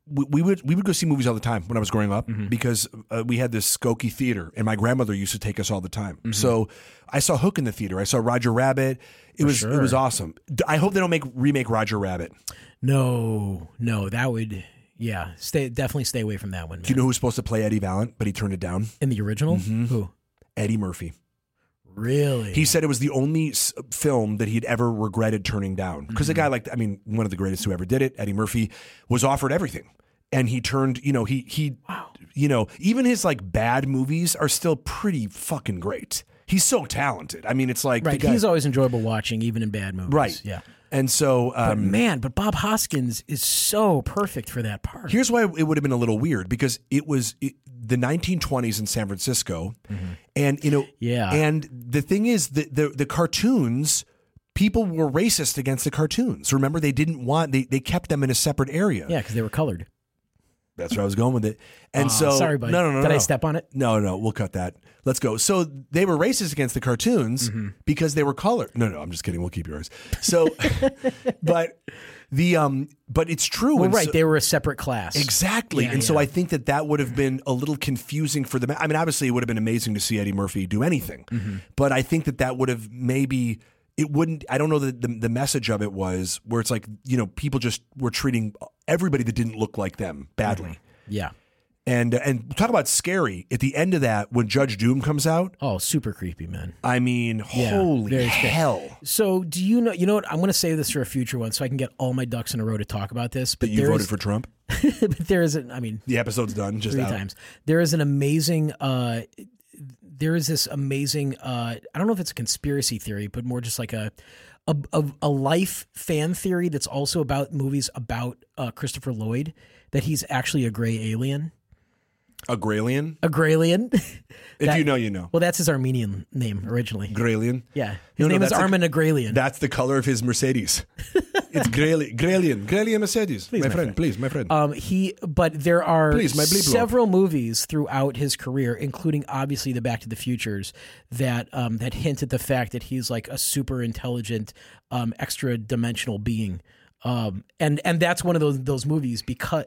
A: we, we would we would go see movies all the time when I was growing up because uh, we had this Skokie theater and my grandmother used to take us all the time. So I saw Hook in the theater. I saw Roger Rabbit. It was it was awesome. D- I hope they don't make remake Roger Rabbit.
B: No, no, that would. Yeah, stay definitely stay away from that one. Man.
A: Do you know who's supposed to play Eddie Valiant, but he turned it down?
B: In the original,
A: Mm-hmm.
B: who
A: Eddie Murphy.
B: really?
A: He said it was the only s- film that he'd ever regretted turning down because
B: Mm-hmm.
A: a guy like I mean one of the greatest who ever did it, Eddie Murphy, was offered everything, and he turned. You know he he, you know even his like bad movies are still pretty fucking great. He's so talented. I mean, it's like the
B: right.
A: guy-
B: He's always enjoyable watching, even in bad movies.
A: right.
B: Yeah.
A: and so um,
B: Man, but Bob Hoskins is so perfect for that part.
A: Here's why it would have been a little weird because it was it, the 1920s in San Francisco, and you know,
B: Mm-hmm. Yeah.
A: And the thing is, the, the the cartoons, people were racist against the cartoons. Remember, they didn't want they they kept them in a separate area.
B: yeah, because they were colored.
A: That's where I was going with it. And so,
B: sorry, buddy.
A: no, no, no,
B: Did
A: no.
B: I step on it?
A: No, no, we'll cut that. Let's go. So they were racist against the cartoons
B: Mm-hmm.
A: because they were colored. No, no, I'm just kidding. We'll keep yours. So, but the um, but it's true.
B: Well,
A: and
B: right.
A: so-
B: they were a separate class.
A: Exactly. and so I think that that would have been a little confusing for them. I mean, obviously, it would have been amazing to see Eddie Murphy do anything,
B: Mm-hmm.
A: but I think that that would have maybe. It wouldn't. I don't know that the, the message of it was where it's like you know people just were treating everybody that didn't look like them badly,
B: Mm-hmm. Yeah.
A: and and talk about scary at the end of that when Judge Doom comes out.
B: Oh, super creepy, man.
A: I mean, holy
B: very scary.
A: hell!
B: So do you know? You know what? I'm going to save this for a future one, so I can get all my ducks in a row to talk about this. But
A: That you
B: there
A: voted
B: is-
A: for Trump.
B: but there isn't. I mean,
A: The episode's done. Just
B: three
A: out.
B: times. There is an amazing. Uh, there is this amazing. Uh, I don't know if it's a conspiracy theory, but more just like a a, a, a life fan theory that's also about movies about uh, Christopher Lloyd that he's actually a gray alien.
A: a Gralian.
B: A gray alien.
A: If
B: That-
A: you know, you know.
B: well, that's his Armenian name originally.
A: Gralian.
B: Yeah, his
A: No, no,
B: name is
A: that's a-
B: Armin Agralian.
A: That's the color of his Mercedes. it's Greli- Grelian. Grelian Mercedes. my,
B: my
A: friend,
B: friend.
A: please, my friend.
B: Um, he, but there are
A: Please, my bleep blob.
B: several movies throughout his career, including obviously the Back to the Futures, that um, that hint at the fact that he's like a super intelligent, um, extra dimensional being, um, and and that's one of those those movies because.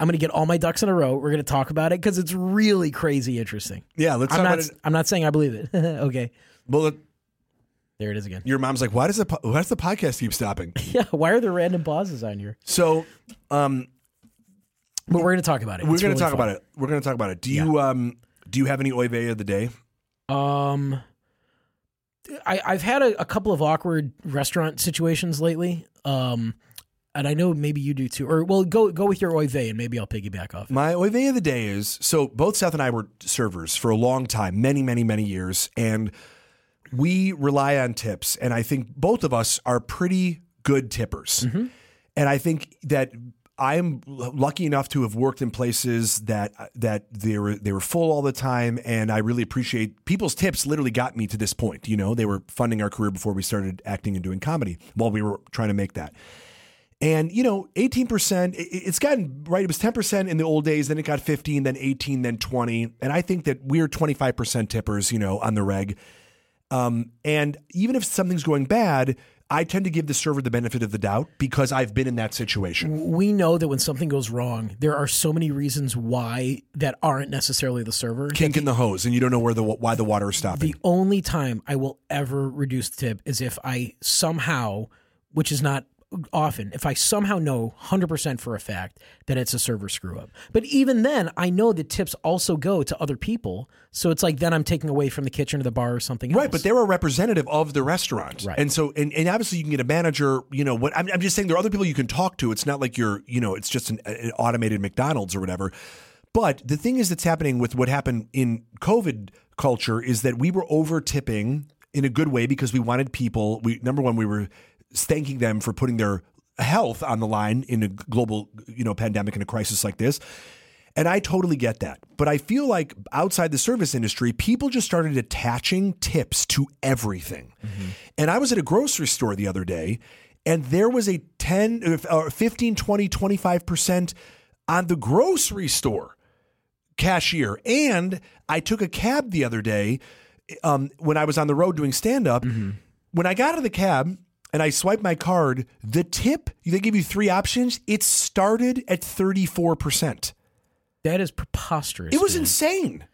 B: I'm gonna get all my ducks in a row. We're gonna talk about it because it's really crazy interesting.
A: yeah, let's
B: I'm
A: talk
B: not.
A: about it.
B: I'm not saying I believe it. okay,
A: Well, it-
B: there it is again.
A: your mom's like, why does the po- why does the podcast keep stopping?
B: Yeah. Why are there random pauses on here?
A: So, um,
B: But we're gonna talk about it.
A: we're going to talk about it. We're going to talk about it. Do you um do you have any oy vey of the day?
B: Um, I I've had a, a couple of awkward restaurant situations lately. Um, and I know maybe you do too. Or well, go go with your oy vey, and maybe I'll piggyback off. it.
A: My oy vey of the day is so both Seth and I were servers for a long time, many, many, many years, and we rely on tips. And I think both of us are pretty good tippers. And I think that I'm l- lucky enough to have worked in places that that they were they were full all the time, and I really appreciate people's tips. Literally got me to this point. You know, they were funding our career before we started acting and doing comedy while we were trying to make that. And you know, eighteen percent. It's gotten right. It was ten percent in the old days. Then it got fifteen. Then eighteen. Then twenty. And I think that we're twenty five percent tippers. You know, on the reg. Um, and even if something's going bad, I tend to give the server the benefit of the doubt because I've been in that situation.
B: We know that when something goes wrong, there are so many reasons why that aren't necessarily the server.
A: Kink in the hose, and you don't know where the why the water is stopping.
B: The only time I will ever reduce the tip is if I somehow, which is not often, if I somehow know 100% for a fact that it's a server screw up. But even then, I know that tips also go to other people. So it's like then I'm taking away from the kitchen or the bar or something
A: Right,
B: else.
A: but they're a representative of the restaurant, right? And so, and, and obviously, you can get a manager. You know what? I'm, I'm just saying there are other people you can talk to. It's not like you're, you know, it's just an, an automated McDonald's or whatever. But the thing is that's happening with what happened in COVID culture is that we were over tipping in a good way because we wanted people. We number one, we were thanking them for putting their health on the line in a global, you know, pandemic and a crisis like this. And I totally get that. But I feel like outside the service industry, people just started attaching tips to everything. And I was at a grocery store the other day, and there was a 10, or 15, 20, 25% on the grocery store cashier. And I took a cab the other day um, when I was on the road doing stand up. When I got out of the cab and I swiped my card, the tip, they give you three options, it started at 34%.
B: that is preposterous.
A: It was
B: man.
A: insane.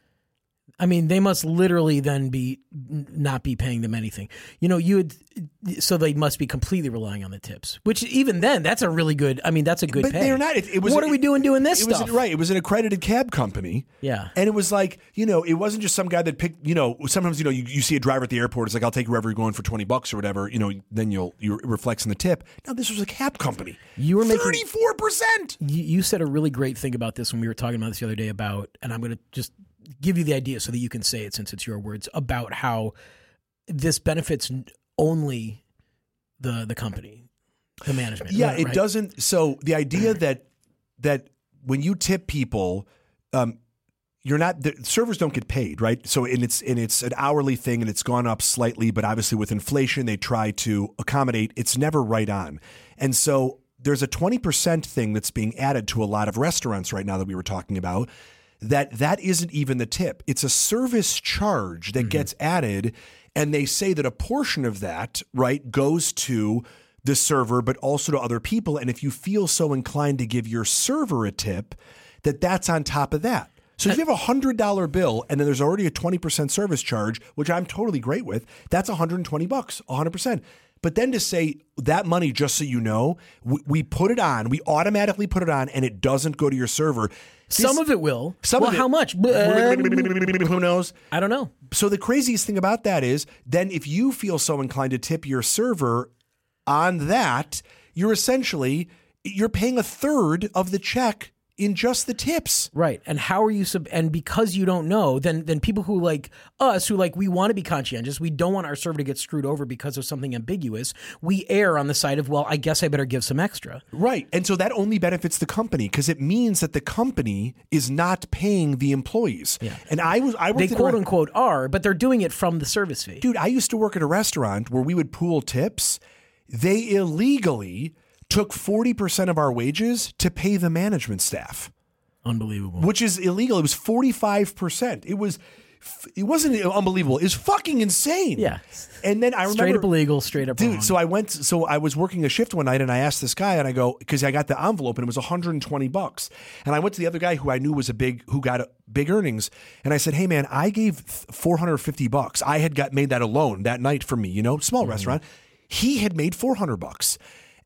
B: I mean, they must literally then be n- not be paying them anything. You know, you would so they must be completely relying on the tips. Which even then, that's a really good. I mean, that's a good.
A: But
B: pay.
A: they're not. It, it was.
B: what are we doing doing this
A: It was
B: stuff?
A: right. It was an accredited cab company.
B: Yeah.
A: And it was like you know, it wasn't just some guy that picked. You know, sometimes you know you, you see a driver at the airport. It's like I'll take you wherever you're going for twenty bucks or whatever. You know, then you'll you it reflects in the tip. No, this was a cab company.
B: You were making-
A: thirty four percent.
B: you, you said a really great thing about this when we were talking about this the other day about, and I'm going to just give you the idea so that you can say it since it's your words about how this benefits n- only the the company, the management.
A: Yeah,
B: right,
A: it
B: right?
A: doesn't. So the idea that that when you tip people, um, you're not the servers don't get paid, right? So and it's and it's an hourly thing, and it's gone up slightly, but obviously with inflation, they try to accommodate. It's never right on, and so there's a 20% thing that's being added to a lot of restaurants right now that we were talking about that that isn't even the tip it's a service charge that gets added and they say that a portion of that right goes to the server but also to other people and if you feel so inclined to give your server a tip that that's on top of that so if you have a hundred dollar bill and then there's already a twenty percent service charge, which I'm totally great with, that's 120 bucks, 100 percent. But then to say that money, just so you know, we, we put it on, we automatically put it on, and it doesn't go to your server.
B: some of it will.
A: Some
B: well,
A: of it-
B: how much? um, uh,
A: who knows?
B: I don't know.
A: So the craziest thing about that is then if you feel so inclined to tip your server on that, you're essentially you're paying a third of the check in just the tips.
B: Right. And how are you sub and because you don't know, then then people who like us who like we want to be conscientious, we don't want our server to get screwed over because of something ambiguous, we err on the side of, well, I guess I better give some extra.
A: Right. And so that only benefits the company because it means that the company is not paying the employees. And I was I worked
B: They
A: at a
B: quote
A: re-
B: unquote are, but they're doing it from the service fee.
A: dude, I used to work at a restaurant where we would pool tips. They illegally took 40% of our wages to pay the management staff,
B: Unbelievable.
A: which is illegal. It was 45%. It was f- it wasn't unbelievable. It was fucking insane.
B: Yeah.
A: And then I remember
B: Straight up illegal, straight up wrong.
A: Dude, so I went, so I was working a shift one night and I asked this guy and I go, because I got the envelope and it was 120 bucks. And I went to the other guy who I knew was a big, who got a, big earnings. And I said, hey man, I gave th- 450 bucks. I had got made that alone that night for me, you know, small restaurant. He had made 400 bucks.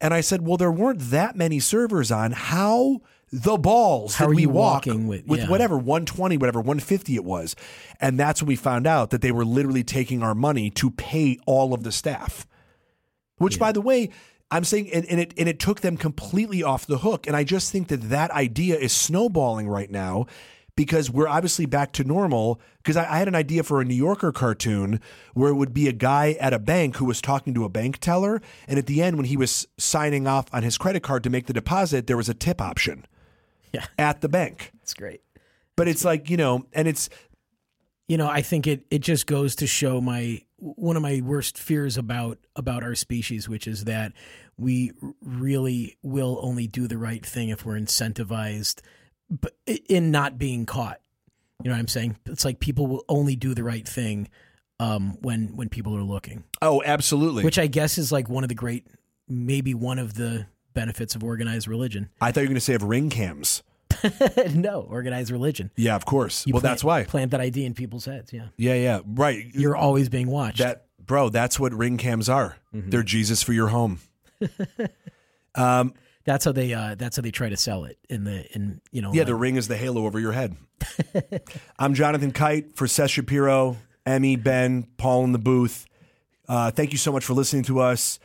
A: And I said, well, there weren't that many servers on. How the balls
B: How
A: did
B: are
A: we
B: you
A: walk
B: walking with- yeah.
A: whatever whatever 120 whatever 150 it was and that's when we found out that they were literally taking our money to pay all of the staff which by the way i'm saying and, and it and it took them completely off the hook and i just think that that idea is snowballing right now because we're obviously back to normal because I, I had an idea for a new yorker cartoon where it would be a guy at a bank who was talking to a bank teller and at the end when he was signing off on his credit card to make the deposit there was a tip option
B: Yeah.
A: at the bank
B: That's great.
A: but it's like you know and it's
B: you know, I think it it just goes to show my one of my worst fears about about our species, which is that we r- really will only do the right thing if we're incentivized b- in not being caught. You know what I'm saying? It's like people will only do the right thing um, when when people are looking,
A: oh absolutely
B: which I guess is like one of the great, maybe one of the benefits of organized religion.
A: i thought you were going to say of ring cams
B: no, organized religion.
A: yeah of course
B: You
A: well
B: plant-
A: that's why
B: plant that idea in people's heads. Yeah,
A: yeah yeah right
B: you're always being watched.
A: that bro that's what ring cams are
B: Mm-hmm.
A: they're jesus for your home
B: That's how they uh, that's how they try to sell it in the in you know
A: yeah
B: like-
A: the ring is the halo over your head i'm jonathan kite for seth shapiro emmy ben paul in the booth uh, thank you so much for listening to us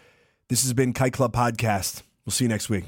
A: this has been kite club podcast we'll see you next week